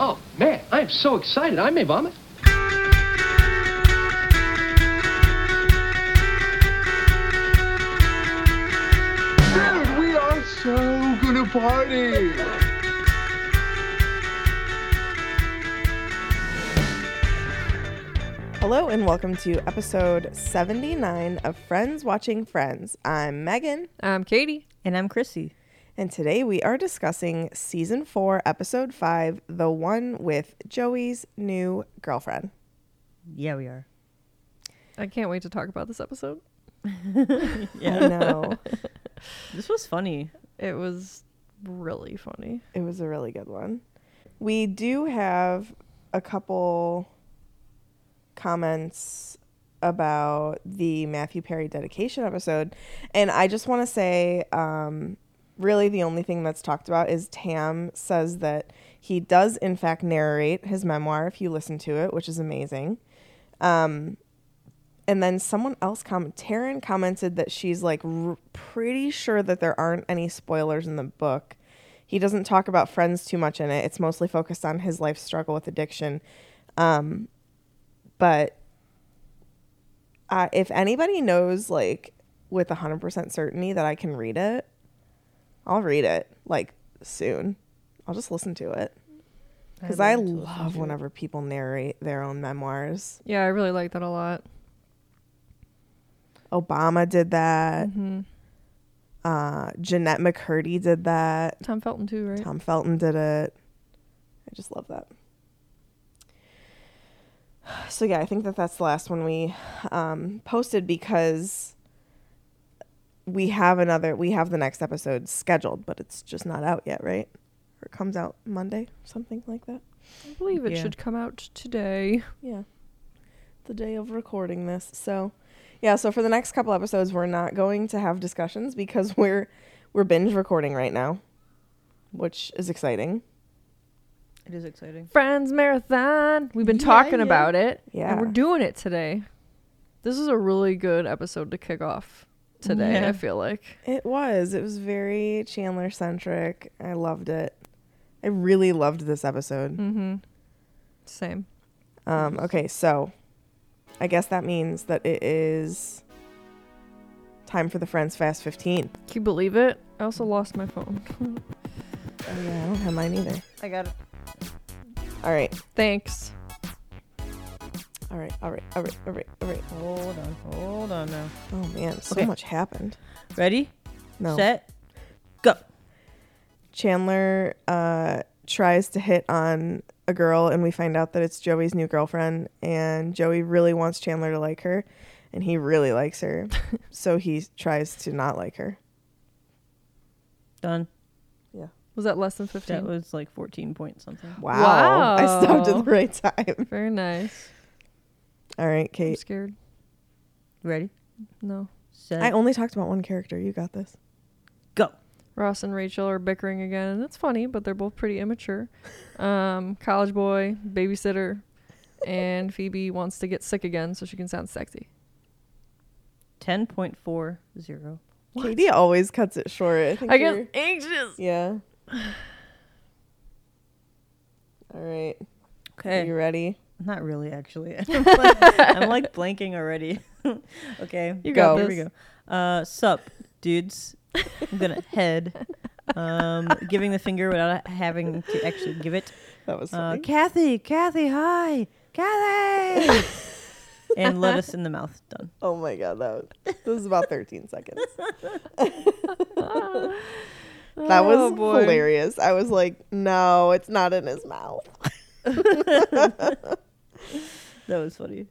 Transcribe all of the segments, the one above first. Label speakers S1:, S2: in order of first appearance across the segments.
S1: Oh, man, I am so excited. I may vomit.
S2: Dude, we are so gonna party.
S3: Hello and welcome to episode 79 of Friends Watching Friends. I'm Megan,
S4: I'm Katie.
S5: And I'm Chrissy.
S3: and today we are discussing season 4, episode 5, the one with Joey's new girlfriend.
S5: Yeah, we are.
S4: I can't wait to talk about this episode.
S3: I know.
S5: This was funny.
S4: It was really funny.
S3: it was a really good one. We do have a couple comments about the Matthew Perry dedication episode. And I just want to say um, really, the only thing that's talked about is Tam says that he does, in fact, narrate his memoir if you listen to it, which is amazing. Um, and then someone else comment Taryn commented that she's like r- pretty sure that there aren't any spoilers in the book. He doesn't talk about friends too much in it. It's mostly focused on his life struggle with addiction. Um, but uh, if anybody knows, like, with 100% certainty that I can read it, I'll read it, like, soon. I'll just listen to it. Because I, love whenever people narrate their own memoirs.
S4: Yeah, I really like that a lot.
S3: Obama did that.
S4: Mm-hmm.
S3: Uh, Jeanette McCurdy did that.
S4: Tom Felton too, right?
S3: Tom Felton did it. I just love that. So yeah, I think that that's the last one we um, posted because we have another. We have the next episode scheduled, but it's just not out yet, right? Or it comes out Monday, something like that.
S4: I believe it
S5: Yeah.
S4: should come out today.
S3: Yeah. The day of recording this. So, yeah, so for the next couple episodes we're not going to have discussions because we're we're binge recording right now, which is exciting.
S5: It is exciting.
S4: Friends Marathon. We've been
S5: Yeah,
S4: talking
S5: yeah.
S4: about it.
S3: Yeah.
S4: And we're doing it today. This is a really good episode to kick off today,
S5: Yeah.
S4: I feel like.
S3: It was. It was very Chandler centric. I loved it. I really loved this episode.
S4: Mm-hmm. Same.
S3: Um okay, so I guess that means that it is time for the Friends Fast 15.
S4: Can you believe it? I also lost my phone.
S3: Oh yeah, I don't have mine either.
S5: I got it.
S3: All right.
S4: Thanks.
S3: All right. All right. All right. All right. All right.
S5: Hold on. Hold on now.
S3: Oh man, so
S5: Okay.
S3: much happened.
S5: Ready?
S3: No.
S5: Set. Go.
S3: Chandler uh, tries to hit on a girl, and we find out that it's Joey's new girlfriend. And Joey really wants Chandler to like her, and he really likes her. so he tries to not like her.
S5: Done.
S4: Was that less than
S5: That
S4: 15?
S5: was like 14 point something.
S3: Wow. I stopped at
S4: Wow.
S3: the right time.
S4: Very nice.
S3: All right,
S4: I'm
S3: Kate.
S4: scared.
S5: Ready?
S4: No.
S5: Set.
S3: I only talked about one character. You got this.
S5: go.
S4: Ross and Rachel are bickering again, and it's funny, but they're both pretty immature. Um, college boy, babysitter, and Phoebe wants to get sick again so she can sound sexy.
S5: 10.40.
S3: Katie always cuts it short. I think
S4: I get
S3: you're-
S4: anxious.
S3: Yeah. All right.
S5: Okay.
S3: You ready?
S5: Not really, actually. I'm like, I'm like blanking already. okay.
S4: You got
S5: Here
S4: this.
S5: we go. Uh, sup, dudes. I'm going to head. Um, giving the finger without having to actually give it.
S3: That was
S5: Uh,
S3: funny.
S5: Kathy, Kathy, hi, Kathy, and lettuce in the mouth. Done.
S3: oh my god, that was, this was about 13 seconds. That was
S4: Oh, boy.
S3: hilarious. I was like, no, it's not in his mouth.
S5: That was funny.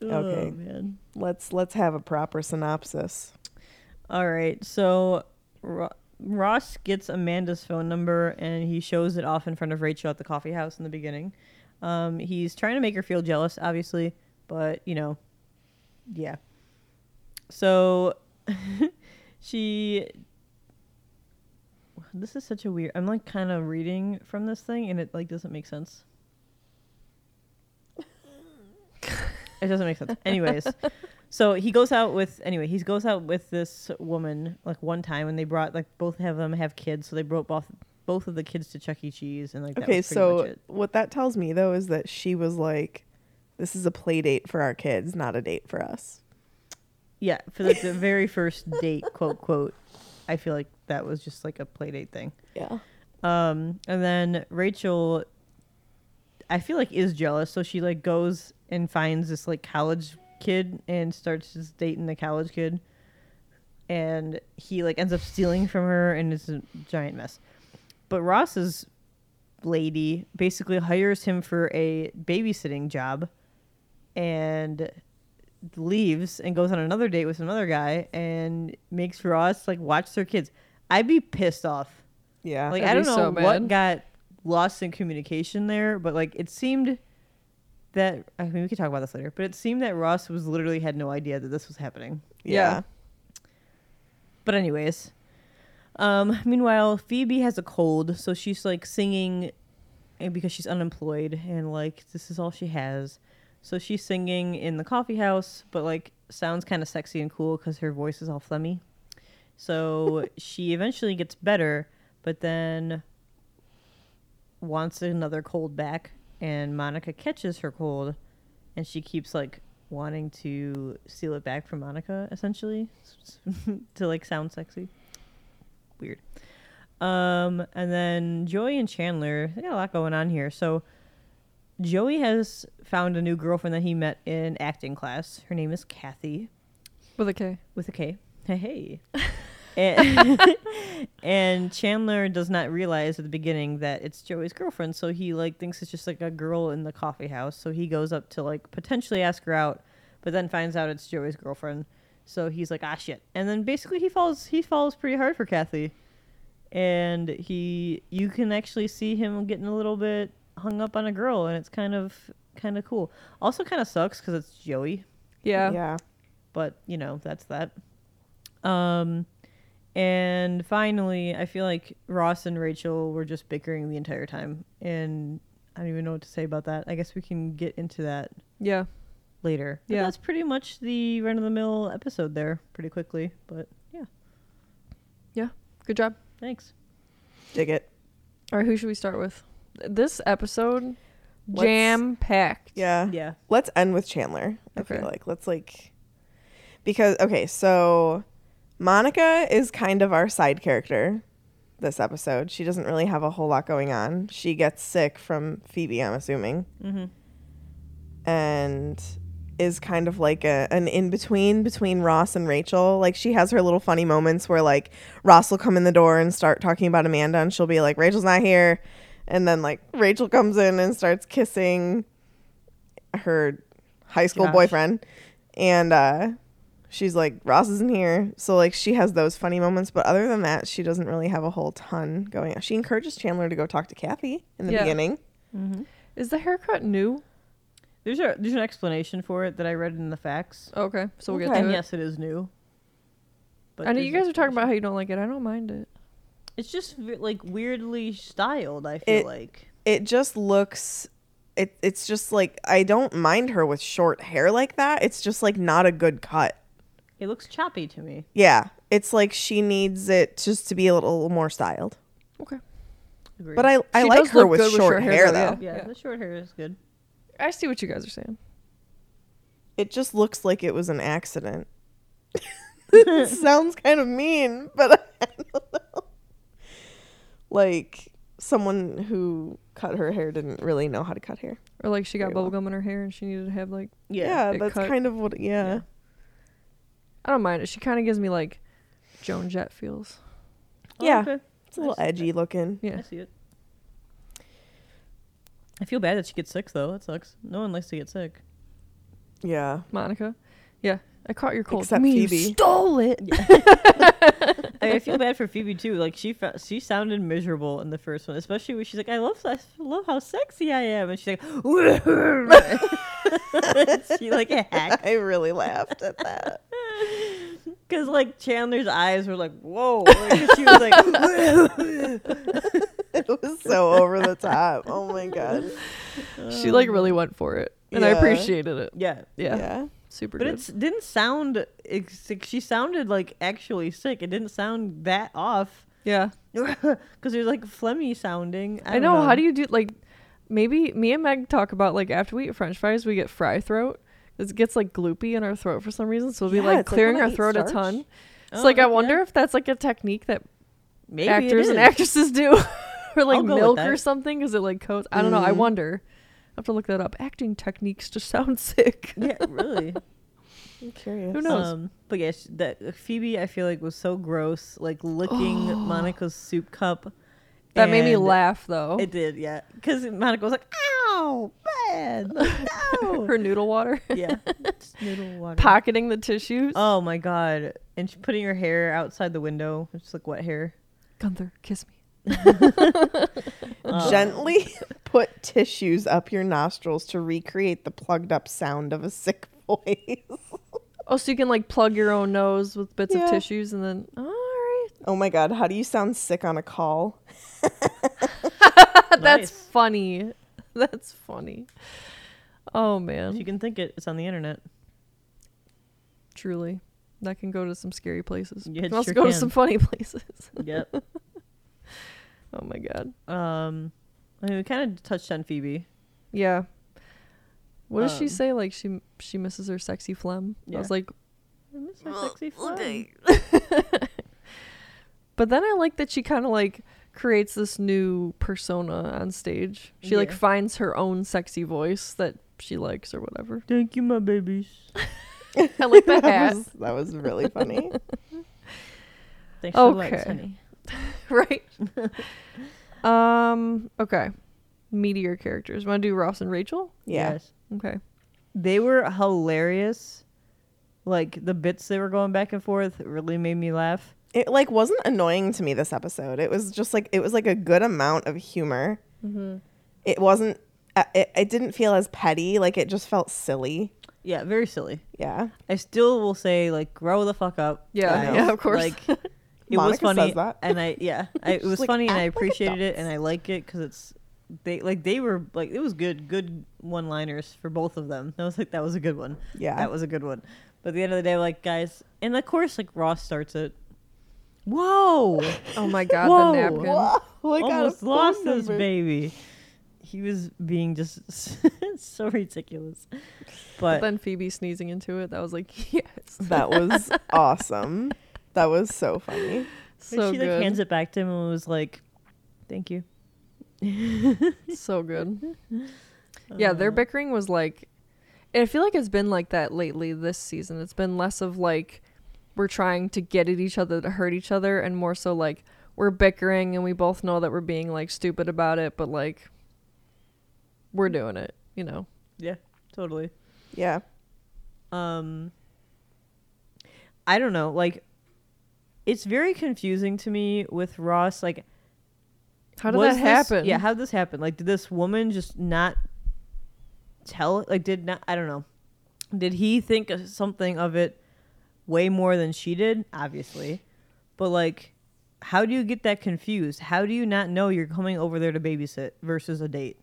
S3: Okay.
S5: Oh, man.
S3: Let's let's have a proper synopsis.
S5: All right. So Ro- Ross gets Amanda's phone number and he shows it off in front of Rachel at the coffee house in the beginning. Um, he's trying to make her feel jealous, obviously, but you know, yeah. So she. This is such a weird. I'm like kind of reading from this thing and it like doesn't make sense. It doesn't make sense. Anyways, so he goes out with anyway. He goes out with this woman like one time, and they brought like both of them have kids, so they brought both both of the kids to Chuck E. Cheese, and like that
S3: Okay,
S5: was pretty much
S3: so
S5: it.
S3: what that tells me though is that she was like, "This is a play date for our kids, not a date for us."
S5: yeah, for like the very first date, quote quote. I feel like that was just like a play date thing.
S3: Yeah.
S5: Um, and then Rachel, I feel like is jealous, so she like goes and finds this like college kid and starts just dating the college kid, and he like ends up stealing from her, and it's a giant mess. But Ross's lady basically hires him for a babysitting job, and leaves and goes on another date with another guy and makes Ross like watch their kids. I'd be pissed off.
S3: Yeah.
S5: Like
S4: That'd
S5: I don't
S4: be
S5: know
S4: so
S5: what
S4: bad.
S5: got lost in communication there, but like it seemed that I mean we could talk about this later, but it seemed that Ross was literally had no idea that this was happening.
S3: yeah.
S5: But anyways, um, meanwhile Phoebe has a cold, so she's like singing, and because she's unemployed and like this is all she has, so she's singing in the coffee house, but like sounds kind of sexy and cool because her voice is all phlegmy. So she eventually gets better, but then wants another cold back, and Monica catches her cold, and she keeps like wanting to steal it back from Monica, essentially, to like sound sexy. Weird. Um, and then Joey and Chandler, they got a lot going on here. So Joey has found a new girlfriend that he met in acting class. Her name is Kathy
S4: With a K.
S5: with a K. Hey. and, and Chandler does not realize at the beginning that it's Joey's girlfriend, so he like thinks it's just like a girl in the coffee house. So he goes up to like potentially ask her out, but then finds out it's Joey's girlfriend. So he's like, ah shit. And then basically he falls he falls pretty hard for Kathy. And he you can actually see him getting a little bit hung up on a girl and it's kind of kind of cool. Also kind of sucks cuz it's Joey
S4: Yeah.
S3: Yeah.
S5: but you know that's that um and finally i feel like ross and rachel were just bickering the entire time and i don't even know what to say about that i guess we can get into that
S4: Yeah.
S5: later But
S4: Yeah.
S5: that's pretty much the run-of-the-mill episode there pretty quickly but yeah
S4: Yeah. Good job.
S5: thanks
S3: Dig it.
S4: All right, who should we start with? This episode
S3: Let's-
S4: jam packed.
S3: Yeah.
S5: yeah
S3: Let's end with Chandler. I
S4: Okay.
S3: feel like let's like because okay, so Monica is kind of our side character this episode. She doesn't really have a whole lot going on. She gets sick from Phoebe, I'm assuming,
S5: Mhm.
S3: and is kind of like a an in between between Ross and Rachel. Like she has her little funny moments where like Ross will come in the door and start talking about Amanda, and she'll be like, "Rachel's not here," and then like Rachel comes in and starts kissing her high school
S5: Josh.
S3: boyfriend and uh she's like ross isn't here so like she has those funny moments but other than that she doesn't really have a whole ton going on she encourages chandler to go talk to kathy in the
S4: Yeah.
S3: beginning
S4: Mm-hmm. Is the haircut new?
S5: there's a there's an explanation for it that i read in the facts
S4: Okay, so we'll
S3: Okay.
S4: get
S5: and
S4: to it.
S5: yes it is new but
S4: I know
S5: there's
S4: you
S5: an
S4: guys are talking
S5: explanation.
S4: about how you don't like it. I don't mind it.
S5: it's just ve- like weirdly styled i feel
S3: It-
S5: like
S3: it just looks it, it's just like i don't mind her with short hair like that it's just like not a good cut
S5: it looks choppy to me
S3: yeah it's like she needs it just to be a little more styled
S4: Okay.
S5: Agreed.
S3: but i, I
S4: She
S3: like
S4: does
S3: her
S4: look
S3: with
S4: good with
S3: short
S4: short hair,
S3: hair,
S4: though,
S3: though
S4: yeah.
S5: Yeah, the short hair is good.
S4: I see what you guys are saying.
S3: It just looks like it was an accident. it sounds kind of mean, but I don't know. Like someone who cut her hair didn't really know how to cut hair.
S4: Or like she got
S3: Very well.
S4: bubblegum in her hair and she needed to have like
S3: Yeah,
S4: it
S3: that's
S4: cut-
S3: kind of what. Yeah.
S4: I don't mind it. She kind of gives me like Joan Jett feels.
S5: Oh,
S3: Yeah.
S5: okay.
S3: it's a little
S5: I see
S3: edgy looking.
S4: Yeah.
S5: I see it. I feel bad that she gets sick though. That sucks. No one likes to get sick.
S3: Yeah,
S4: Monica. Yeah. I caught your cold.
S3: Except
S4: You mean you
S3: Phoebe.
S4: stole it.
S5: I, I feel bad for Phoebe too. Like she fe- she sounded miserable in the first one, especially when she's like, "I love I love how sexy I am," and she's like, she like a hack
S3: I really laughed at that.
S5: because like Chandler's eyes were like, "Whoa!" Like, she was like,
S3: It was so over the top. Oh my god.
S4: she like really went for it. And I
S3: Yeah.
S4: appreciated it.
S5: "Yeah."
S4: Yeah.
S3: Yeah.
S4: Super
S5: But
S4: good.
S5: it didn't sound. It's, like, she sounded like actually sick. It didn't sound that off.
S4: Yeah.
S5: because there's like phlegmy sounding.
S4: I, know. How do you do like? Maybe me and Meg talk about like after we eat French fries, we get fry throat. It gets like gloopy in our throat for some reason, so we'll
S3: Yeah,
S4: be like
S3: it's like
S4: clearing
S3: when I
S4: our
S3: eat
S4: throat
S3: starch.
S4: a ton. It's
S5: Oh,
S4: like I
S5: yeah.
S4: wonder if that's like a technique that
S5: Maybe it
S4: actors and
S5: is.
S4: actresses do, or like
S5: I'll go with
S4: milk
S5: that.
S4: or something. Is it like coats? I don't know. I wonder. I have to look that up. Acting techniques to sound sick.
S5: Yeah, really.
S3: I'm curious.
S4: Who knows?
S5: Um, but yes, that Phoebe I feel like was so gross, like licking Monica's soup cup.
S4: that made me
S5: And
S4: laugh though.
S5: It did, yeah, because Monica was like, "Ow, man, no."
S4: Her noodle water,
S5: yeah, it's noodle water.
S4: pocketing the tissues.
S5: Oh my god! And she putting her hair outside the window, it's like wet hair.
S4: Gunther, kiss me.
S5: Uh,
S3: Gently put tissues up your nostrils to recreate the plugged up sound of a sick voice.
S4: Oh, so you can like plug your own nose with bits
S3: Yeah.
S4: of tissues and then. All right.
S3: oh my god, how do you sound sick on a call?
S4: That's
S5: Oh, Nice.
S4: funny. That's funny. Oh man,
S5: If Um, you can think it, it's on the internet.
S4: truly, that can go to some scary places.
S5: Yeah, it
S4: can also
S5: sure
S4: go to
S5: can.
S4: some funny places.
S5: Yep.
S4: oh my god.
S5: um, I mean, we kind of touched on Phoebe.
S4: Yeah. What does she
S5: Um,
S4: say? Like she she misses her sexy phlegm. I
S5: Yeah.
S4: was like,
S5: I miss her sexy phlegm.
S4: but then I like that she kind of like creates this new persona on stage. She like
S5: Yeah.
S4: finds her own sexy voice that she likes or whatever.
S5: Thank you, my babies.
S4: I like the
S3: that,
S4: hat,
S3: was, that was really funny.
S5: Thanks for
S4: Okay.
S5: the lights, honey.
S4: right? um. Okay. Meteor characters. Want to do Ross and Rachel?
S3: Yeah.
S5: Yes.
S4: Okay.
S5: They were hilarious. Like the bits they were going back and forth really made me laugh.
S3: It like wasn't annoying to me this episode. It was just like it was like a good amount of humor.
S4: Mm-hmm.
S3: It wasn't uh, it, it didn't feel as petty, like it just felt silly.
S5: Yeah, very silly.
S3: Yeah.
S5: I still will say like grow the fuck up.
S4: Yeah,
S5: guys.
S4: yeah, of course.
S5: Like it
S3: Monica
S5: was funny
S3: says that.
S5: and I yeah, I, it
S3: She's
S5: was
S3: like, "Ah,
S5: funny and I
S3: "Act like
S5: appreciated it and I like it cuz it's they like they were like it was good good one-liners for both of them. I was like that was a good one.
S3: Yeah.
S5: That was a good one. But at the end of the day like guys, and of course like Ross starts it. Whoa.
S4: Oh my God,
S5: Whoa.
S4: the napkin.
S3: Whoa, I got a
S5: almost
S3: phone
S5: lost this
S3: number.
S5: baby. He was being just so ridiculous. But,
S4: Then Phoebe sneezing into it. That was like yes,
S3: That was awesome. That was so funny.
S5: but
S4: so
S5: she
S4: good,
S5: like hands it back to him and was like, "Thank you."
S4: so good. Yeah,
S5: Uh.
S4: their bickering was like. I feel like it's been like that lately this season. It's been less of like we're trying to get at each other to hurt each other, and more so like we're bickering and we both know that we're being like stupid about it, but like
S5: Mm.
S4: we're doing it, you know.
S5: Yeah, totally.
S3: Yeah.
S5: Um, I don't know. Like, it's very confusing to me with Ross. Like,
S4: How did
S5: was
S4: that
S5: this-
S4: happen?
S5: Yeah, how did this happen? Like, did this woman just not tell? Like, did not? I don't know. Did he think of something of it way more than she did? Obviously, but like, how do you get that confused? How do you not know you're coming over there to babysit versus a date?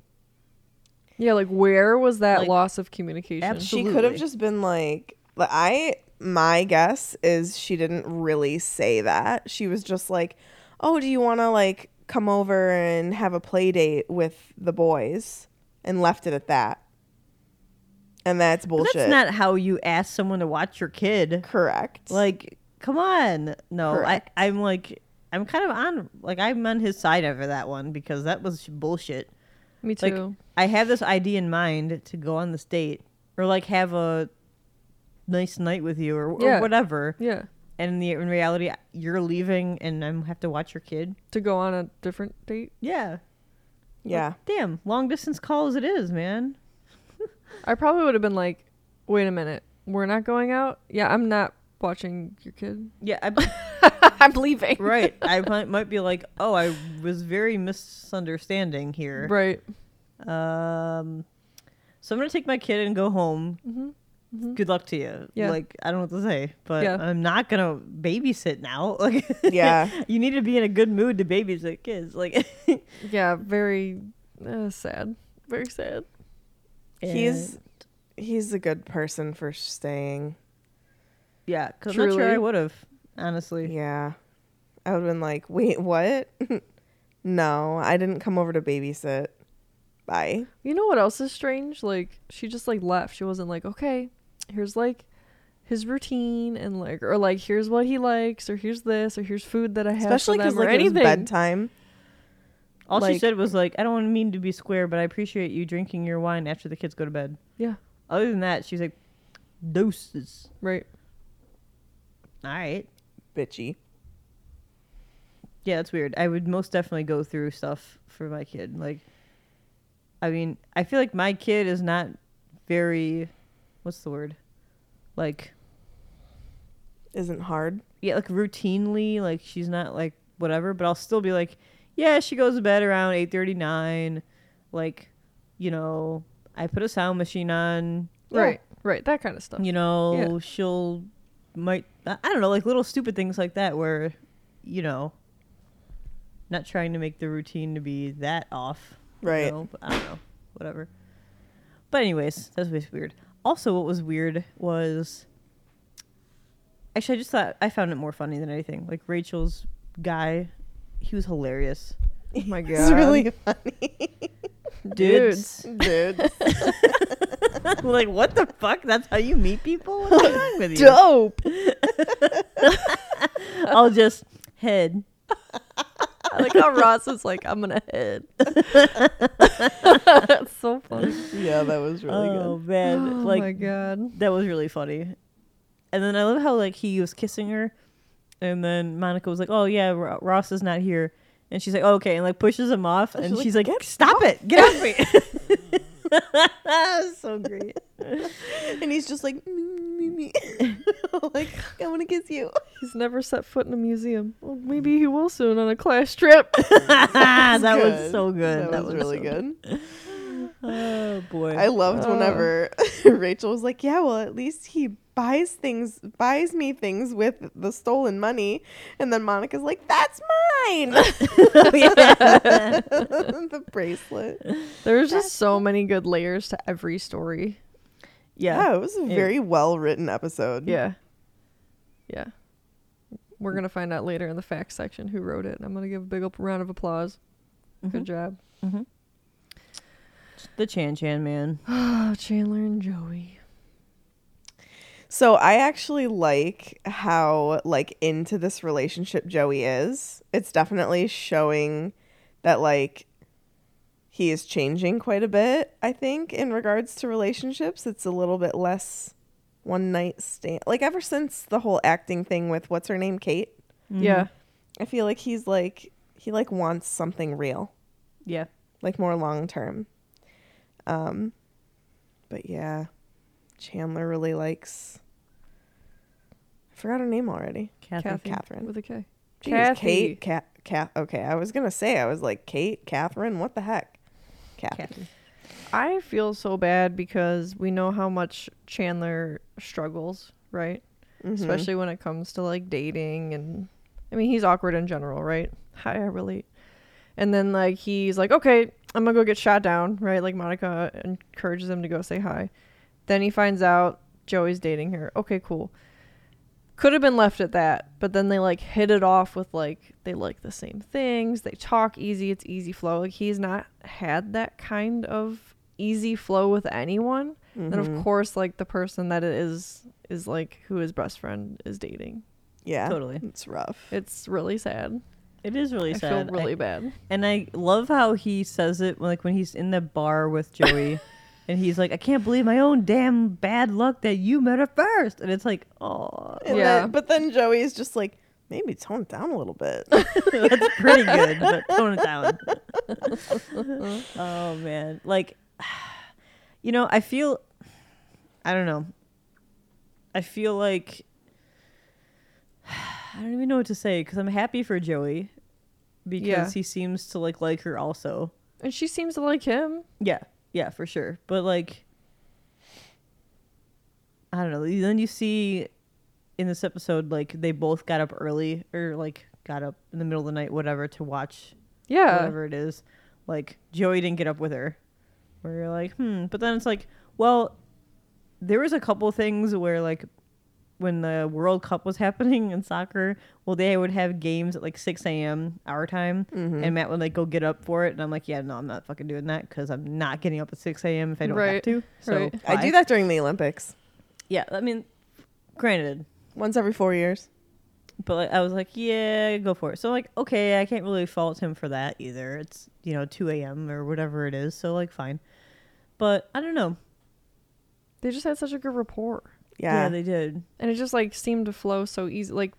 S4: yeah, like where was that
S5: Like,
S4: loss of communication?
S5: abs-
S3: She could have
S5: Absolutely.
S3: just been like, like, I, my guess is she didn't really say that. She was just like, oh, do you want to like come over and have a play date with the boys? And left it at that. And that's
S5: But
S3: bullshit.
S5: That's not how you ask someone to watch your kid.
S3: correct.
S5: Like, come on. No,
S3: Correct.
S5: I, I'm like, I'm kind of on, like, I'm on his side over that one because that was bullshit.
S4: Me
S5: Like,
S4: too.
S5: I have this idea in mind to go on this date or like have a nice night with you or, or
S4: Yeah.
S5: whatever.
S4: yeah,
S5: And in, the, in reality, you're leaving and I am have to watch your kid.
S4: to go on a different date.
S5: Yeah.
S3: yeah.
S5: Damn, long distance call as it is, man.
S4: I probably would have been like, wait a minute, we're not going out? Yeah, I'm not watching your kid.
S5: Yeah, I,
S4: I'm leaving.
S5: right. I might, might be like, oh, I was very misunderstanding here.
S4: Right.
S5: Um, so I'm gonna take my kid and go home. Good luck to you.
S4: Mm-hmm. Yeah.
S5: Like I don't know what to say, but
S4: Yeah.
S5: I'm not gonna babysit now. Like
S3: Yeah.
S5: you need to be in a good mood to babysit kids. Like
S4: Yeah, very uh, sad. Very sad.
S3: He's,
S5: And-
S3: he's a good person for staying.
S5: yeah. Cause I'm not
S4: Truly.
S5: sure I would have honestly.
S3: Yeah. I would have been like, wait, what? no, I didn't come over to babysit. Bye.
S4: You know what else is strange? Like she just like left. She wasn't like, okay, here's like his routine and like or like here's what he likes or here's this or here's food that I have
S3: Especially
S4: because
S3: because like
S4: or
S3: it was
S4: anything.
S3: bedtime.
S5: All she
S4: Like-
S5: said was like, "I don't want to mean to be square, but I appreciate you drinking your wine after the kids go to bed."
S4: Yeah,
S5: Other than that, she's like, "Doses."
S4: right.
S5: All right.
S3: Bitchy.
S5: Yeah, that's weird. I would most definitely go through stuff for my kid. Like, I mean, I feel like my kid is not very, what's the word? Like,
S3: Isn't hard.
S5: yeah, like routinely, like she's not like whatever, but I'll still be like, yeah, she goes to bed around eight thirty nine. Like, you know, I put a sound machine on.
S4: Right. Right. That kind of stuff.
S5: You know, she'll might I I don't know, like little stupid things like that where, you know, not trying to make the routine to be that off. you
S3: Right.
S5: know, but I don't know. Whatever. But anyways, that's was weird. Also, what was weird was actually I just thought I found it more funny than anything. Like Rachel's guy, he was hilarious.
S4: Oh my god.
S3: It's really funny.
S5: Dudes,
S3: Dude.
S5: like what the fuck? That's how you meet people? What's wrong with you?
S3: Dope.
S5: I'll just head.
S4: I like how Ross is like, I'm gonna head. That's so funny.
S3: Yeah, that was really
S5: oh
S3: good.
S5: man,
S4: oh
S5: like
S4: my god.
S5: that was really funny. And then I love how like he was kissing her, and then Monica was like, "Oh yeah, Ro- Ross is not here," and she's like, oh, "Okay," and like pushes him off, and
S3: like,
S5: she's like, "Stop it, get off me!" That was so great.
S3: And he's just like, "Mm, me, me." like I want to kiss you.
S4: He's never set foot in a museum. Well, maybe he will soon on a class trip.
S5: that was
S3: Good.
S5: so good.
S3: That, was, really good.
S5: Oh boy.
S3: I loved whenever Rachel was like, "Yeah, well, at least he buys things, buys me things with the stolen money," and then Monica's like, "That's mine." the bracelet.
S4: There's just so many good layers to every story.
S5: yeah.
S3: Yeah, it was a
S5: Yeah.
S3: very well written episode.
S4: Yeah. Yeah. We're going to find out later in the facts section who wrote it. I'm going to give a big up round of applause. Good job.
S5: The Chan Chan man.
S4: Oh, Chandler and Joey.
S3: So I actually like how like into this relationship Joey is. It's definitely showing that like he is changing quite a bit, I think, in regards to relationships. It's a little bit less one night stand. Like ever since the whole acting thing with what's her name, Kate,
S4: Yeah.
S3: I feel like he's like he like wants something real,
S5: Mm-hmm. Yeah.
S3: like more long term. Um but yeah, Chandler really likes I forgot her name already.
S5: Kathy.
S4: Kathy.
S3: Catherine.
S4: With a K.
S3: Jeez, Kate, Cat, Cat. Okay, I was gonna say I was like Kate, Catherine. What the heck? Kathy.
S5: Kathy.
S4: I feel so bad because we know how much Chandler struggles, right?
S3: mm-hmm.
S4: Especially when it comes to like dating and I mean, he's awkward in general, right? Hi, I relate. And then like he's like, "Okay, I'm going to go get shot down," right? Like Monica encourages him to go say hi. Then he finds out Joey's dating her. Okay, cool. Could have been left at that, but then they like hit it off with like they like the same things. They talk easy. It's easy flow. Like he's not had that kind of easy flow with anyone. And of course, like the person that it is is like who his best friend is dating.
S3: Yeah,
S5: Totally.
S3: It's rough.
S4: It's really sad.
S5: It is really
S4: I
S5: sad.
S4: feel really bad.
S5: And I love how he says it like when he's in the bar with Joey and he's like, I can't believe my own damn bad luck that you met her first. And it's like, oh,
S3: And
S4: Yeah.
S3: then- but then Joey's just like, maybe tone it down a little bit.
S5: that's pretty good, but tone it down. oh, man. Like, you know, I feel, I don't know. I feel like, I don't even know what to say because I'm happy for Joey because
S4: Yeah.
S5: he seems to like like her also.
S4: And she seems to like him.
S5: Yeah, yeah, for sure. But like, I don't know. Then you see in this episode, like they both got up early or like got up in the middle of the night, whatever, to watch
S4: Yeah.
S5: whatever it is. Like Joey didn't get up with her. Where you're like, hmm. But then it's like, well, there was a couple things where like when the World Cup was happening in soccer, well, they would have games at like 6 a.m. our time, and Matt would like go get up for it, and I'm like, yeah, no, I'm not fucking doing that because I'm not getting up at 6 a.m. if I don't have
S4: Right,
S5: to. So
S4: right.
S3: I
S5: bye.
S3: do that during the Olympics
S5: Yeah, I mean, granted,
S3: once every four years.
S5: but like, I was like, yeah, go for it. So like, okay, I can't really fault him for that either. It's you know 2 a.m. or whatever it is, so like, fine. But I don't know.
S4: They just had such a good rapport.
S5: Yeah,
S3: Yeah.
S5: they did.
S4: And it just like seemed to flow so easy. Like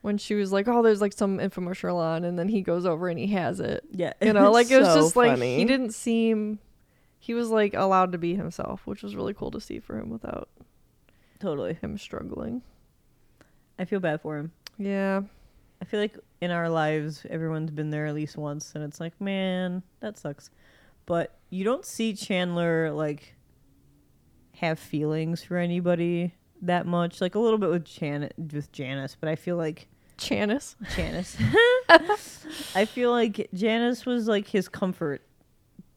S4: when she was like, "Oh, there's like some infomercial on," and then he goes over and he has it.
S5: Yeah,
S4: You know, like it was
S3: So
S4: just like
S3: funny.
S4: he didn't seem. He was like allowed to be himself, which was really cool to see for him without
S5: totally.
S4: him struggling.
S5: I feel bad for him.
S4: Yeah,
S5: I feel like in our lives, everyone's been there at least once, and it's like, man, that sucks. But you don't see Chandler like have feelings for anybody that much. Like a little bit with Jan with Janice, but I feel like
S4: Janice.
S5: Janice. I feel like Janice was like his comfort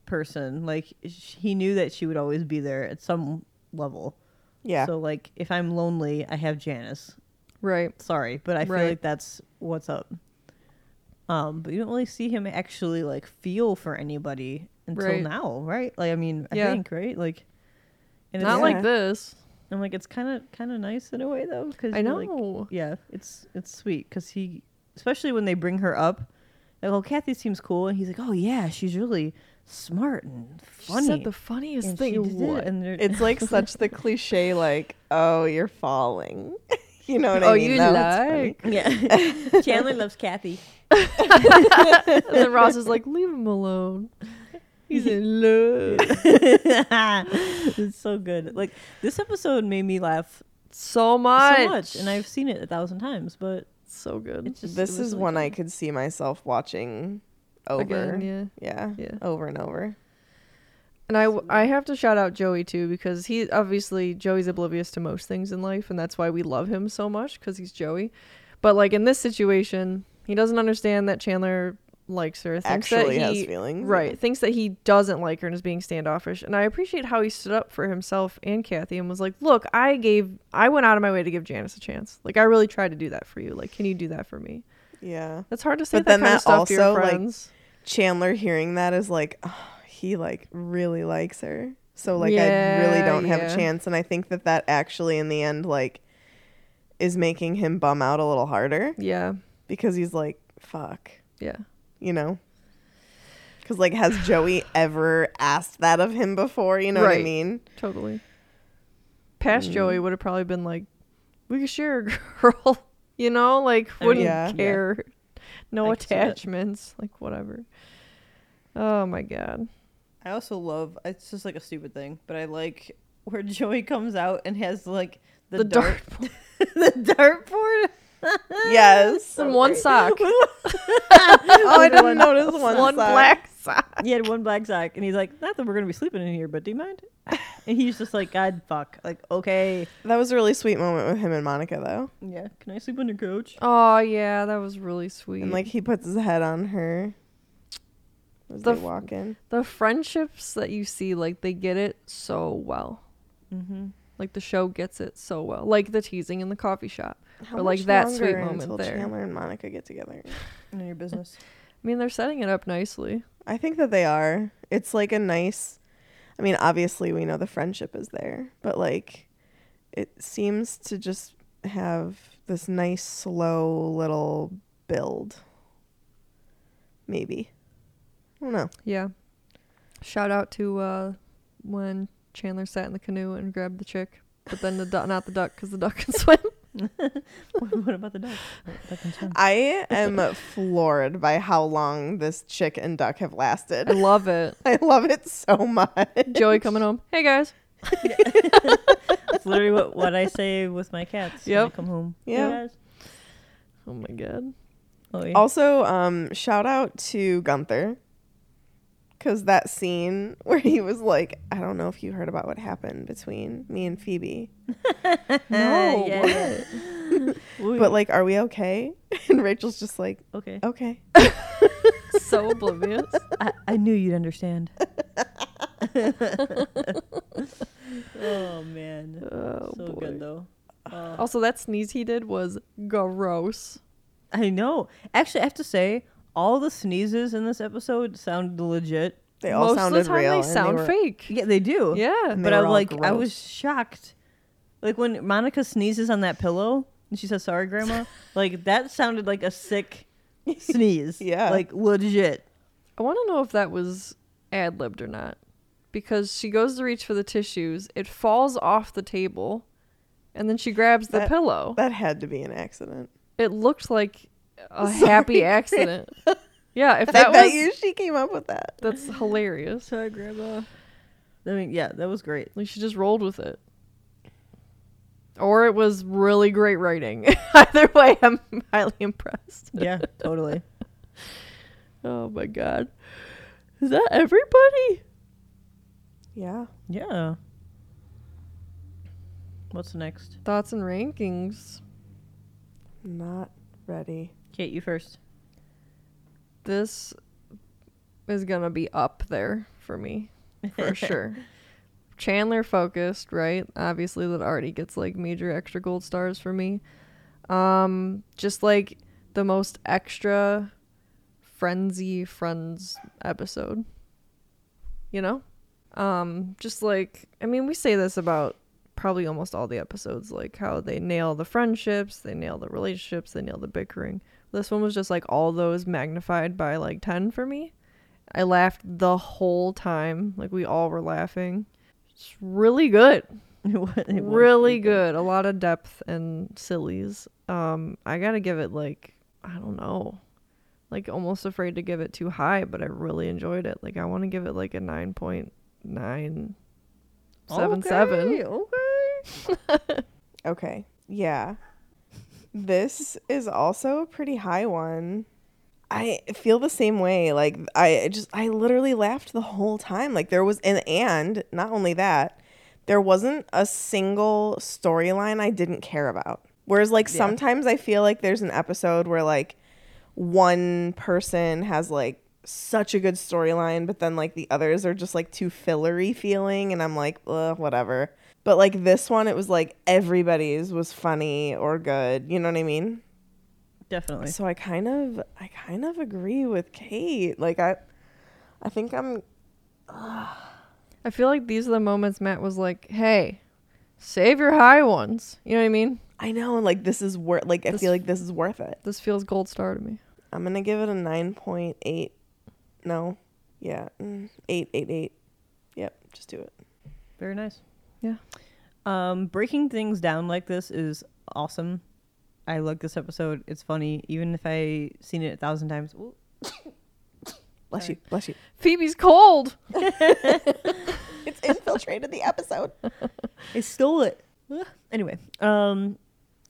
S5: person. Like sh- he knew that she would always be there at some level.
S3: Yeah.
S5: So like if I'm lonely, I have Janice.
S4: Right.
S5: Sorry, but I feel
S4: Right.
S5: like that's what's up. Um, but you don't really see him actually like feel for anybody until
S4: Right.
S5: now, right? Like I mean, I
S4: Yeah.
S5: think right, like. And it's,
S4: Not
S3: Yeah.
S4: like this.
S5: I'm like it's kind of kind of nice in a way though because
S4: I know.
S5: yeah, it's it's sweet because he, especially when they bring her up, like, oh, Kathy seems cool, and he's like, oh yeah, she's really smart and funny.
S4: She said the funniest
S5: and
S4: thing.
S5: she did it,
S4: What?
S5: and they're-
S3: It's like such the cliche, like, oh, you're falling. you know what I
S4: Oh,
S3: mean?
S4: you
S3: That was
S4: like?
S3: funny.
S5: yeah, Chandler loves Kathy.
S4: And then Ross is like, "Leave him alone. He's in love."
S5: it's so good. Like this episode made me laugh
S4: so much.
S5: so much, and I've seen it a thousand times, but
S4: so good.
S5: it's just
S3: This is one I could see myself watching over.
S4: Again, yeah.
S3: yeah.
S4: Yeah.
S3: Over and over.
S4: And I, w- I have to shout out Joey too because he obviously Joey's oblivious to most things in life and that's why we love him so much because he's Joey. But like in this situation, he doesn't understand that Chandler likes her. Thinks
S3: Actually
S4: that
S3: has
S4: he,
S3: feelings,
S4: Right. Thinks that he doesn't like her and is being standoffish. And I appreciate how he stood up for himself and Kathy and was like, "Look, I gave I went out of my way to give Janice a chance. Like I really tried to do that for you. Like can you do that for me?"
S3: Yeah.
S4: That's hard to say
S3: But
S4: that
S3: then
S4: kind
S3: that
S4: of stuff to your
S3: also, like,
S4: friends.
S3: Chandler hearing that is like, oh, he like really likes her. So like I really
S4: Yeah,
S3: don't have
S4: yeah.
S3: a chance, and I think that that actually in the end like is making him bum out a little harder
S4: yeah.
S3: because he's like, fuck,
S4: Yeah.
S3: you know. Because like, has Joey ever asked that of him before? You know what I
S4: Right.
S3: mean?
S4: Totally. Past Joey would have probably been like, "We could share a girl," you know, like
S5: mean,
S4: wouldn't
S3: yeah. Yeah.
S4: care, no
S5: I can see that.
S4: attachments, like whatever. Oh my god!
S5: I also love. It's just like a stupid thing, but I like where Joey comes out and has like the,
S4: The
S5: dart, the dartboard.
S3: Yes.
S4: And Eh, one sock,
S3: oh, I didn't notice one.
S4: one
S3: sock.
S4: black sock.
S5: he had one black sock, and he's like, "Not that we're gonna be sleeping in here, but do you mind?" And he's just like, "God, fuck, like okay,
S3: That was a really sweet moment with him and Monica though,
S5: yeah, can I sleep on your couch?"
S4: Oh yeah, that was really sweet.
S3: and like he puts his head on her. As
S4: The
S3: they
S4: f-
S3: walk in.
S4: the friendships that you see, like they get it so well.
S5: Mm-hmm.
S4: Like the show gets it so well. Like the teasing in the coffee shop.
S3: How
S4: Or, like,
S3: much
S4: that sweet
S3: longer
S4: moment
S3: until
S4: there.
S3: Chandler and Monica get together.
S5: None of your business.
S4: I mean, they're setting it up nicely.
S3: I think that they are. It's like a nice. I mean, obviously we know the friendship is there, but like, it seems to just have this nice slow little build. Maybe. I don't know.
S4: Yeah. Shout out to uh, when Chandler sat in the canoe and grabbed the chick, but then the duck, not the duck, because the duck can swim.
S5: what about the dog? That can swim.
S3: I am floored by how long this chick and duck have lasted.
S4: I love it.
S3: I love it so much.
S4: Joey coming home. Hey guys.
S5: That's literally what, what I say with my cats. when I
S4: Yep.
S5: come home.
S3: Yeah.
S5: Yes.
S4: Oh my god.
S5: Oh, yeah.
S3: Also, um, shout out to Gunther. Because that scene where he was like, I don't know if you heard about what happened between me and Phoebe,
S5: no.
S3: but like, are we okay? And Rachel's just like,
S5: okay.
S3: okay.
S4: So oblivious.
S5: I, I knew you'd understand. oh man.
S4: Oh boy.
S5: so Oh, good though.
S4: Oh, Also, that sneeze he did was gross.
S5: I know. Actually, I have to say, all the sneezes in this episode sounded legit.
S3: They all
S4: Most
S3: sounded
S4: of the time,
S3: real.
S4: they
S3: and
S4: sound
S3: were-
S4: fake.
S5: Yeah, they do.
S4: Yeah.
S3: And
S5: but
S3: they
S5: I
S3: were all
S5: like, I
S3: gross.
S5: was shocked. Like when Monica sneezes on that pillow and she says, "Sorry, Grandma." like that sounded like a sick sneeze.
S3: Yeah.
S5: like legit.
S4: I want to know if that was ad libbed or not. Because she goes to reach for the tissues, it falls off the table, and then she grabs the
S3: That-
S4: pillow.
S3: That had to be an accident.
S4: It looked like a happy accident. yeah, if
S3: I
S4: that
S3: bet
S4: was.
S3: you she came up with that.
S4: That's hilarious.
S5: Sorry, Grandma. I mean, yeah, that was great.
S4: Like she just rolled with it. Or it was really great writing. Either way, I'm highly impressed.
S5: Yeah, totally.
S4: Oh my god. Is that everybody?
S3: Yeah.
S5: Yeah. What's next?
S4: Thoughts and rankings.
S3: Not ready.
S5: Kate, you first.
S4: This is gonna be up there for me. For sure. Chandler focused, right? Obviously that already gets like major extra gold stars for me. Um just like the most extra frenzy friends episode. You know? Um just like I mean we say this about probably almost all the episodes like how they nail the friendships, they nail the relationships, they nail the bickering. This one was just like all those magnified by like 10 for me. I laughed the whole time. Like we all were laughing. It's really good
S5: What- it was
S4: really
S5: pretty
S4: good. A lot of depth and sillies. Um, I gotta give it like I don't know, like almost afraid to give it too high, but I really enjoyed it. Like I want to give it like a nine point nine seven
S5: Okay,
S4: seven.
S5: okay.
S3: Okay. Yeah. This is also a pretty high one. I feel the same way. Like I just I literally laughed the whole time. Like there was an and not only that, there wasn't a single storyline I didn't care about. Whereas like sometimes I feel like there's an episode where like one person has like such a good storyline, but then like the others are just like too fillery feeling, and I'm like, Ugh, whatever. But like this one, it was like everybody's was funny or good. You know what I mean?
S5: Definitely.
S3: So I kind of, I kind of agree with Kate. Like I, I think I'm.
S4: I feel like these are the moments Matt was like, "Hey, save your high ones." You know what I mean?
S3: I know, and like this is worth. Like I
S4: This-
S3: feel like this is worth it.
S4: This feels gold star to me.
S3: I'm gonna give it a nine point eight. No, yeah, mm, eight, eight, eight. Yep, just do it.
S5: Very nice.
S4: Yeah.
S5: Um, breaking things down like this is awesome. I like this episode. It's funny, even if I seen it a thousand times. Ooh.
S3: Bless you, bless you.
S4: Phoebe's cold.
S3: It's infiltrated the episode.
S5: I stole it. Ugh. Anyway, um,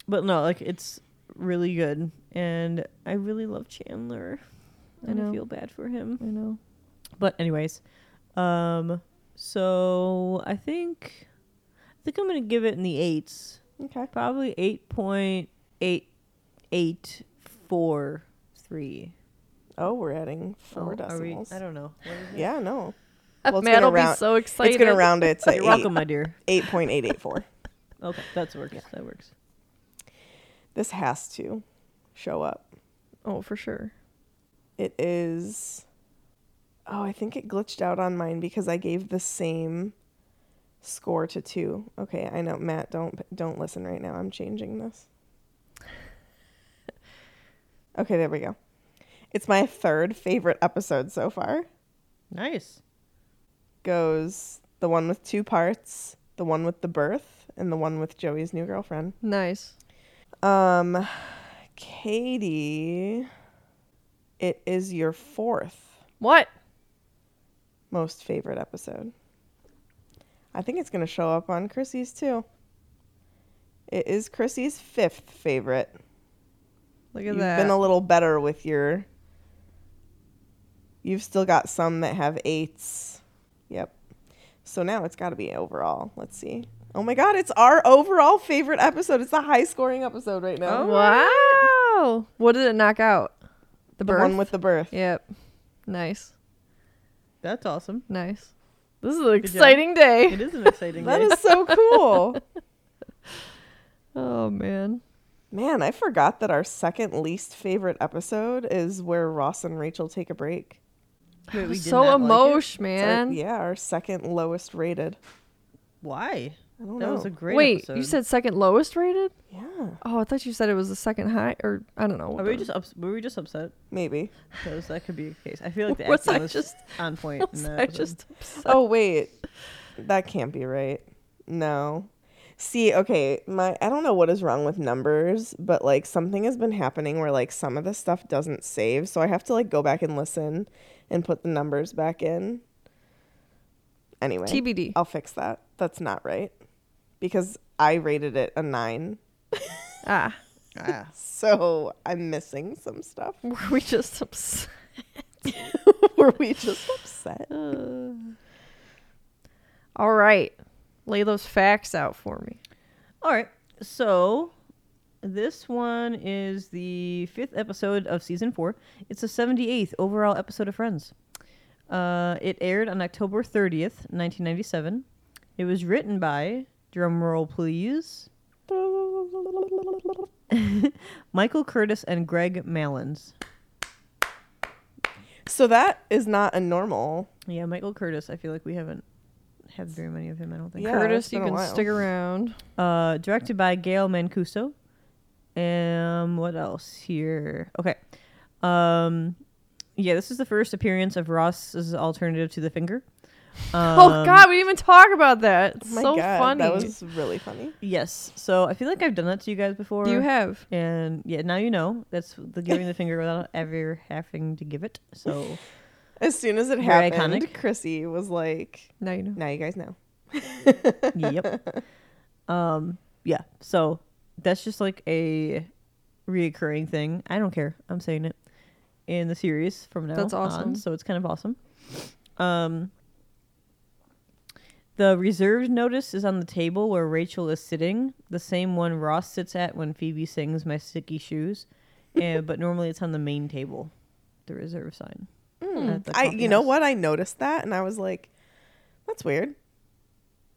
S5: but no, like it's really good, and I really love Chandler,
S4: I
S5: and I,
S4: know.
S5: feel bad for him.
S4: I know.
S5: But anyways, um, so I think, I think I'm gonna give it in the eights.
S3: Okay.
S5: Probably eight point eight eight four three.
S3: Oh, we're adding four decimals.
S5: Oh, I don't know.
S3: yeah, no. it's
S4: Matt'll
S3: gonna round-
S4: be so excited.
S3: It's gonna round it to
S5: You're
S3: eight,
S5: welcome, my dear.
S3: eight point eight eight four.
S5: Okay, that works. That works.
S3: This has to show up.
S4: Oh, for sure.
S3: It is. Oh, I think it glitched out on mine because I gave the same score to two. Okay, I know, Matt. Don't don't listen right now. I'm changing this. Okay, there we go. It's my third favorite episode so far.
S5: Nice.
S3: Goes the one with two parts, the one with the birth, and the one with Joey's new girlfriend.
S4: Nice.
S3: Um, Katie, it is your fourth
S4: What?
S3: most favorite episode. I think it's going to show up on Chrissy's too. It is Chrissy's fifth favorite.
S4: Look at
S3: You've
S4: that.
S3: been a little better with your. You've still got some that have eights. Yep. So now it's got to be overall. Let's see. Oh my God, it's our overall favorite episode. It's the high scoring episode right now.
S4: Oh, Wow. What did it knock out? The
S3: The
S4: birth.
S3: one with the birth.
S4: Yep. Nice.
S5: That's awesome.
S4: Nice. This is an
S5: job.
S4: exciting day.
S5: It is an exciting
S3: That
S5: day.
S3: is so cool.
S4: Oh man.
S3: Man, I forgot that our second least favorite episode is where Ross and Rachel take a break.
S5: Wait, we did
S4: so
S5: not like it?
S4: emosh,
S3: It's our-
S4: man.
S3: yeah, our second lowest rated.
S5: Why?
S3: I don't
S5: that
S3: know.
S5: was a great
S4: Wait,
S5: episode.
S4: you said second lowest rated?
S3: yeah,
S4: Oh, I thought you said it was the second high, or I don't know.
S5: Are we
S4: whatever.
S5: just ups- were we just upset?
S3: maybe.
S5: Because that could be a case. I feel like the
S4: Was
S5: acting
S4: I
S5: was
S4: just-
S5: on point. in
S4: Was
S5: that
S4: I
S5: episode.
S4: just upset?
S3: Oh wait, that can't be right. No. See, okay, my I don't know what is wrong with numbers, but like something has been happening where like some of the stuff doesn't save, so I have to like go back and listen and put the numbers back in. Anyway,
S4: TBD.
S3: I'll fix that. That's not right because I rated it a 9.
S4: Ah,
S3: So, I'm missing some stuff.
S4: were we just upset?
S3: Were we just upset?
S4: All right, lay those facts out for me.
S5: All right. So this one is the fifth episode of season four. It's the 78th overall episode of Friends. Uh, it aired on October 30th, 1997. It was written by, drum roll please, Michael Curtis and Greg Mallins.
S3: So that is not a normal.
S5: Yeah, Michael Curtis. I feel like we haven't had very many of him, I don't think.
S3: Yeah, it's
S4: Curtis, you
S3: been a
S4: can
S3: while.
S4: stick around.
S5: Uh, directed by Gail Mancuso. Um, what else here? Okay. Um, yeah, this is the first appearance of Ross's alternative to the finger. Um,
S4: oh God, we didn't even talk about that. It's
S3: Oh my
S4: so
S3: god,
S4: funny.
S3: that was really funny.
S5: Yes. So I feel like I've done that to you guys before.
S4: You have.
S5: And yeah, now you know that's the giving the finger without ever having to give it. So
S3: As soon as it
S5: Very
S3: happened,
S5: iconic.
S3: Chrissy was like,
S4: Now you know.
S3: "Now you guys know."
S5: yep. Um, yeah. So that's just like a reoccurring thing. I don't care. I'm saying it in the series from now.
S4: That's awesome.
S5: On, so it's kind of awesome. Um, the reserved notice is on the table where Rachel is sitting, the same one Ross sits at when Phoebe sings "My Sticky Shoes," and, but normally it's on the main table, the reserve sign. at the
S3: Hmm. I,
S5: coffee
S3: you know
S5: house.
S3: what? I noticed that, and I was like, "That's weird."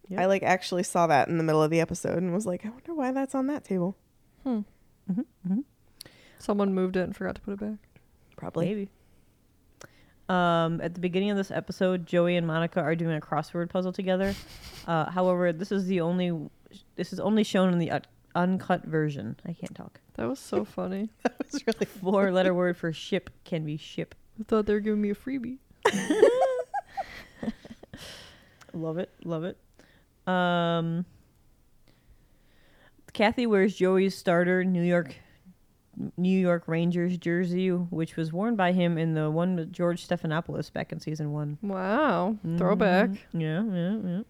S5: Yep.
S3: I like actually saw that in the middle of the episode and was like, "I wonder why that's on that table."
S4: Hmm.
S5: Mm-hmm.
S4: Someone moved it and forgot to put it back.
S3: Probably.
S5: Maybe. Um, at the beginning of this episode, Joey and Monica are doing a crossword puzzle together. Uh, however, this is the only this is only shown in the ut- uncut version. I can't talk.
S4: That was so funny.
S5: The four letter word for ship can be ship.
S4: I thought they were giving me a freebie.
S5: Love it, love it. Um, Kathy wears Joey's starter New York New York Rangers jersey, which was worn by him in the one with George Stephanopoulos back in season one.
S4: Wow, throwback.
S5: Yeah, Mm-hmm. yeah,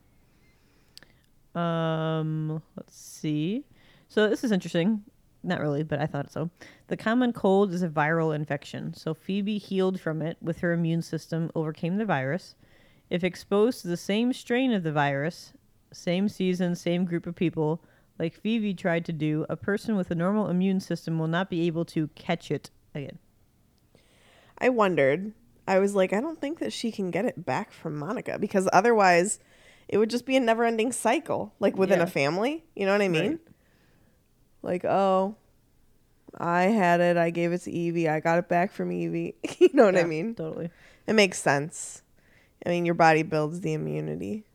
S5: yeah. Um, let's see. So this is interesting. Not really, but I thought so. The common cold is a viral infection. So Phoebe healed from it with her immune system, overcame the virus. If exposed to the same strain of the virus, same season, same group of people, like Phoebe tried to do, a person with a normal immune system will not be able to catch it again.
S3: I wondered. I was like, I don't think that she can get it back from Monica because otherwise, it would just be a never-ending cycle, like within
S5: Yeah.
S3: a family. You know what I mean?
S5: Right.
S3: Like, oh, I had it. I gave it to Evie. I got it back from Evie. you know what I
S5: Yeah,
S3: mean?
S5: Totally.
S3: It makes sense. I mean, your body builds the immunity.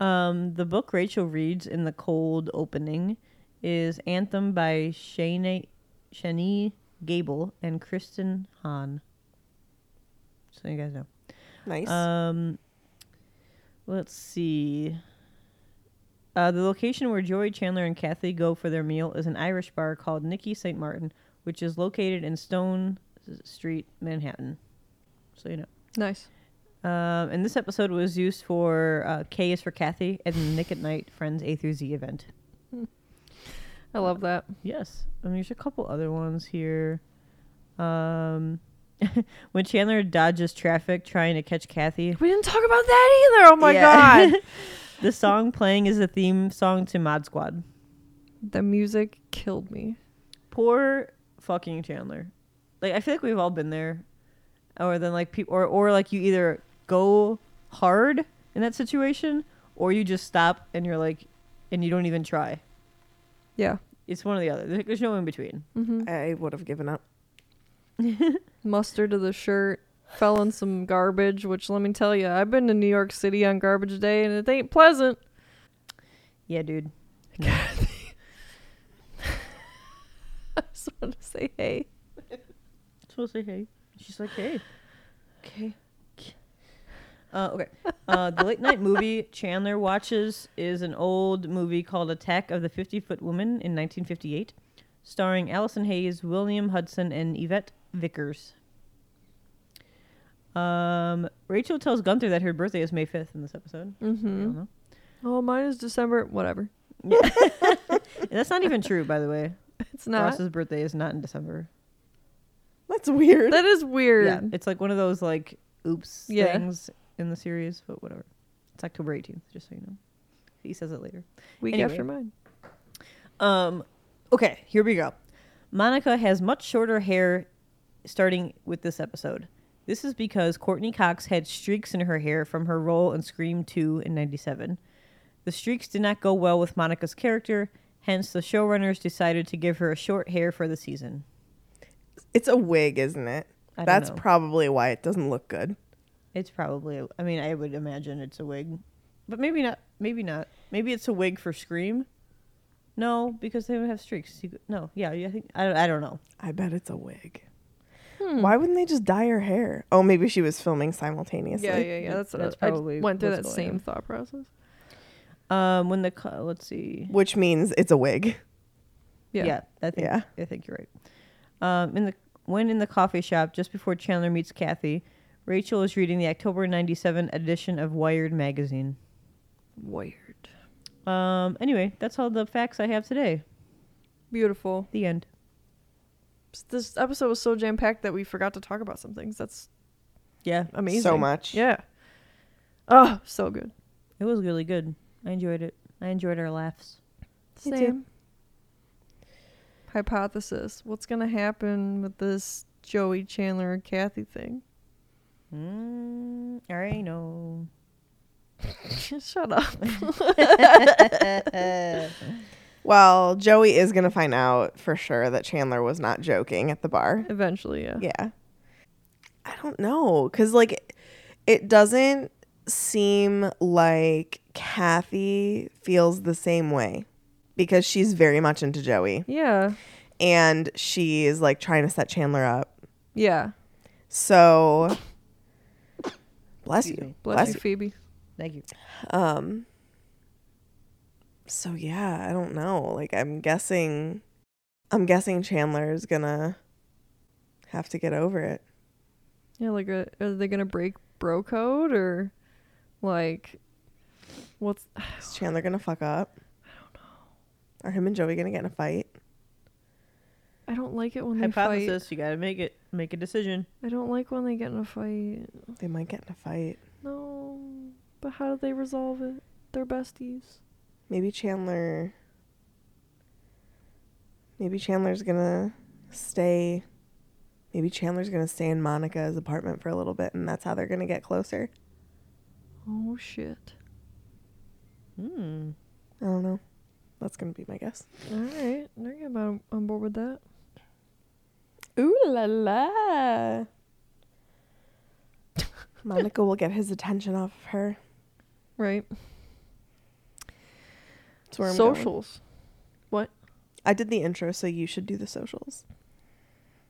S5: Um, the book Rachel reads in the cold opening is Anthem by Shane Shani Gable and Kristen Hahn. So you guys know.
S3: Nice.
S5: Um, let's see. Uh, the location where Joey Chandler and Kathy go for their meal is an Irish bar called Nicky St. Martin, which is located in Stone Street, Manhattan. So you know.
S4: Mm-hmm. Nice.
S5: Um, and this episode was used for uh, K is for Kathy and the Nick at Night Friends A through Z event.
S4: I love that.
S5: Yes. And there's a couple other ones here. Um, when Chandler dodges traffic trying to catch Kathy,
S4: We didn't talk about that either. Oh my
S3: Yeah.
S4: god.
S5: the song playing is the theme song to Mod Squad.
S4: the music killed me.
S5: Poor fucking Chandler. Like I feel like we've all been there, or then like people, or or like you either go hard in that situation, or you just stop and you're like, and you don't even try.
S4: Yeah.
S5: It's one or the other. There- There's no in between.
S4: Mm-hmm.
S3: I would have given up.
S4: Mustard to the shirt. Fell in some garbage, which let me tell you, I've been to New York City on garbage day and it ain't pleasant.
S5: Yeah, dude.
S4: I just want to say, hey.
S5: So say hey. She's like hey.
S4: Okay.
S5: Uh, okay. Uh, the late night movie Chandler watches is an old movie called Attack of the 50 Foot Woman in 1958, starring Allison Hayes, William Hudson, and Yvette Vickers. Um, Rachel tells Gunther that her birthday is May 5th in this episode. I
S4: Mm-hmm.
S5: don't know.
S4: Oh, mine is December. Whatever.
S5: And That's not even true, by the way.
S4: It's not.
S5: Ross's birthday is not in December.
S3: That's weird.
S4: That is weird.
S5: Yeah, it's like one of those like oops
S4: Yeah.
S5: things in the series, but whatever. It's October 18th, just so you know. He says it later.
S4: Week
S5: Anyway.
S4: after mine.
S5: Um, okay, here we go. Monica has much shorter hair starting with this episode. This is because Courtney Cox had streaks in her hair from her role in Scream 2 in 97. The streaks did not go well with Monica's character, hence, the showrunners decided to give her a short hair for the season.
S3: It's a wig, isn't it?
S5: I don't
S3: That's
S5: know.
S3: probably why it doesn't look good.
S5: It's probably, I mean, I would imagine it's a wig, but maybe not. Maybe not. Maybe it's a wig for Scream. No, because they would have streaks. You- No, yeah, I think I, I don't know.
S3: I bet it's a wig.
S4: Hmm.
S3: Why wouldn't they just dye her hair? Oh, maybe she was filming simultaneously.
S4: Yeah, yeah, yeah. That's, what I-
S5: That's
S4: I,
S5: probably
S4: went through
S5: what's
S4: that
S5: going
S4: same
S5: on.
S4: thought process.
S5: Um, when the co- let's see,
S3: Which means it's a wig.
S5: yeah,
S4: Yeah.
S5: I think
S3: Yeah.
S5: I think you're right. Um, in the when in the coffee shop just before Chandler meets Kathy, Rachel is reading the October '97 edition of Wired magazine.
S4: Weird.
S5: Um, anyway, that's all the facts I have today.
S4: Beautiful.
S5: The end.
S4: S- This episode was so jam packed that we forgot to talk about some things. That's
S5: Yeah,
S4: amazing.
S3: So much.
S4: Yeah. Oh, so good.
S5: it was really good. I enjoyed it. I enjoyed our laughs.
S3: Me too.
S4: Same. Hypothesis. What's gonna happen with this Joey Chandler and Kathy thing?
S5: Mm, I already know.
S4: Shut up.
S3: Well, Joey is going to find out for sure that Chandler was not joking at the bar.
S4: Eventually, yeah.
S3: Yeah. I don't know. Because, like, it doesn't seem like Kathy feels the same way because she's very much into Joey
S4: Yeah.
S3: and she is, like, trying to set Chandler up.
S4: Yeah.
S3: So, bless you.
S4: Bless, you, Phoebe.
S5: Thank you.
S3: Um. So yeah, I don't know. Like I'm guessing, I'm guessing Chandler is gonna have to get over it.
S4: Yeah, like uh, are they gonna break bro code or like what's
S3: Is Chandler gonna fuck up? I don't know. Are him and Joey gonna get in a fight?
S4: I don't like it when they
S5: Hypothesis. You gotta make it. Make a decision.
S4: fight. I don't like when they get in a fight.
S3: They might get in a fight.
S4: No. But how do they resolve it? They're besties.
S3: Maybe Chandler. Maybe Chandler's gonna stay. Maybe Chandler's gonna stay in Monica's apartment for a little bit, and that's how they're gonna get closer.
S4: Oh shit.
S5: Hmm.
S3: I don't know. That's gonna be my guess.
S4: All right. They're getting about on board with that.
S3: Ooh la la. Monica will get his attention off of her.
S4: Right.
S3: That's where I'm going.
S4: Socials.
S3: I did the intro, so you should do the socials.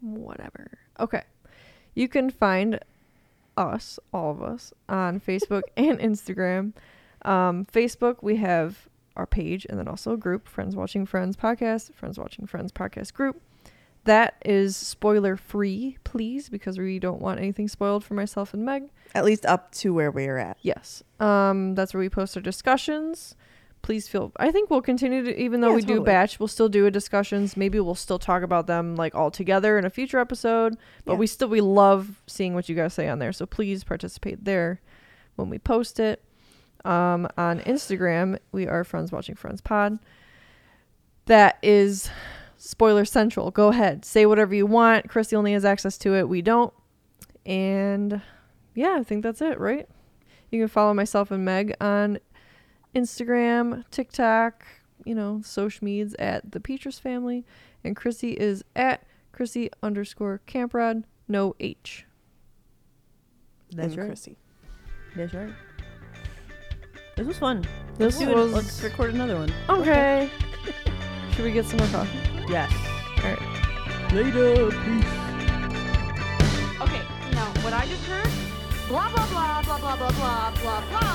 S4: Whatever. Okay. You can find us, all of us, on Facebook and Instagram. Um, Facebook, we have our page and then also a group, Friends Watching Friends Podcast, Friends Watching Friends Podcast group. That is spoiler free, please, because we don't want anything spoiled for myself and Meg.
S3: At least up to where we are at.
S4: Yes. Um, that's where we post our discussions. Please feel. I think we'll continue to, even though
S3: Yeah,
S4: we do
S3: totally.
S4: batch, we'll still do a discussions. Maybe we'll still talk about them like all together in a future episode. But
S3: Yeah.
S4: we still we love seeing what you guys say on there. So please participate there when we post it. Um, on Instagram, we are friends watching friends pod. That is spoiler central. Go ahead, say whatever you want. Christy only has access to it. We don't. And yeah, I think that's it, right? You can follow myself and Meg on Instagram, TikTok, you know, social medias at the Peaches family, and Chrissy is at Chrissy underscore Camprod, no H.
S5: That's
S3: and
S5: right.
S3: Chrissy.
S5: That's right. This was fun.
S4: This
S5: let's do it.
S4: was-
S5: Let's record another one.
S4: Okay. Should we get some more coffee?
S5: Yes.
S4: All right.
S5: Later.
S6: Okay, now what I just heard? Blah blah blah blah blah blah blah blah blah.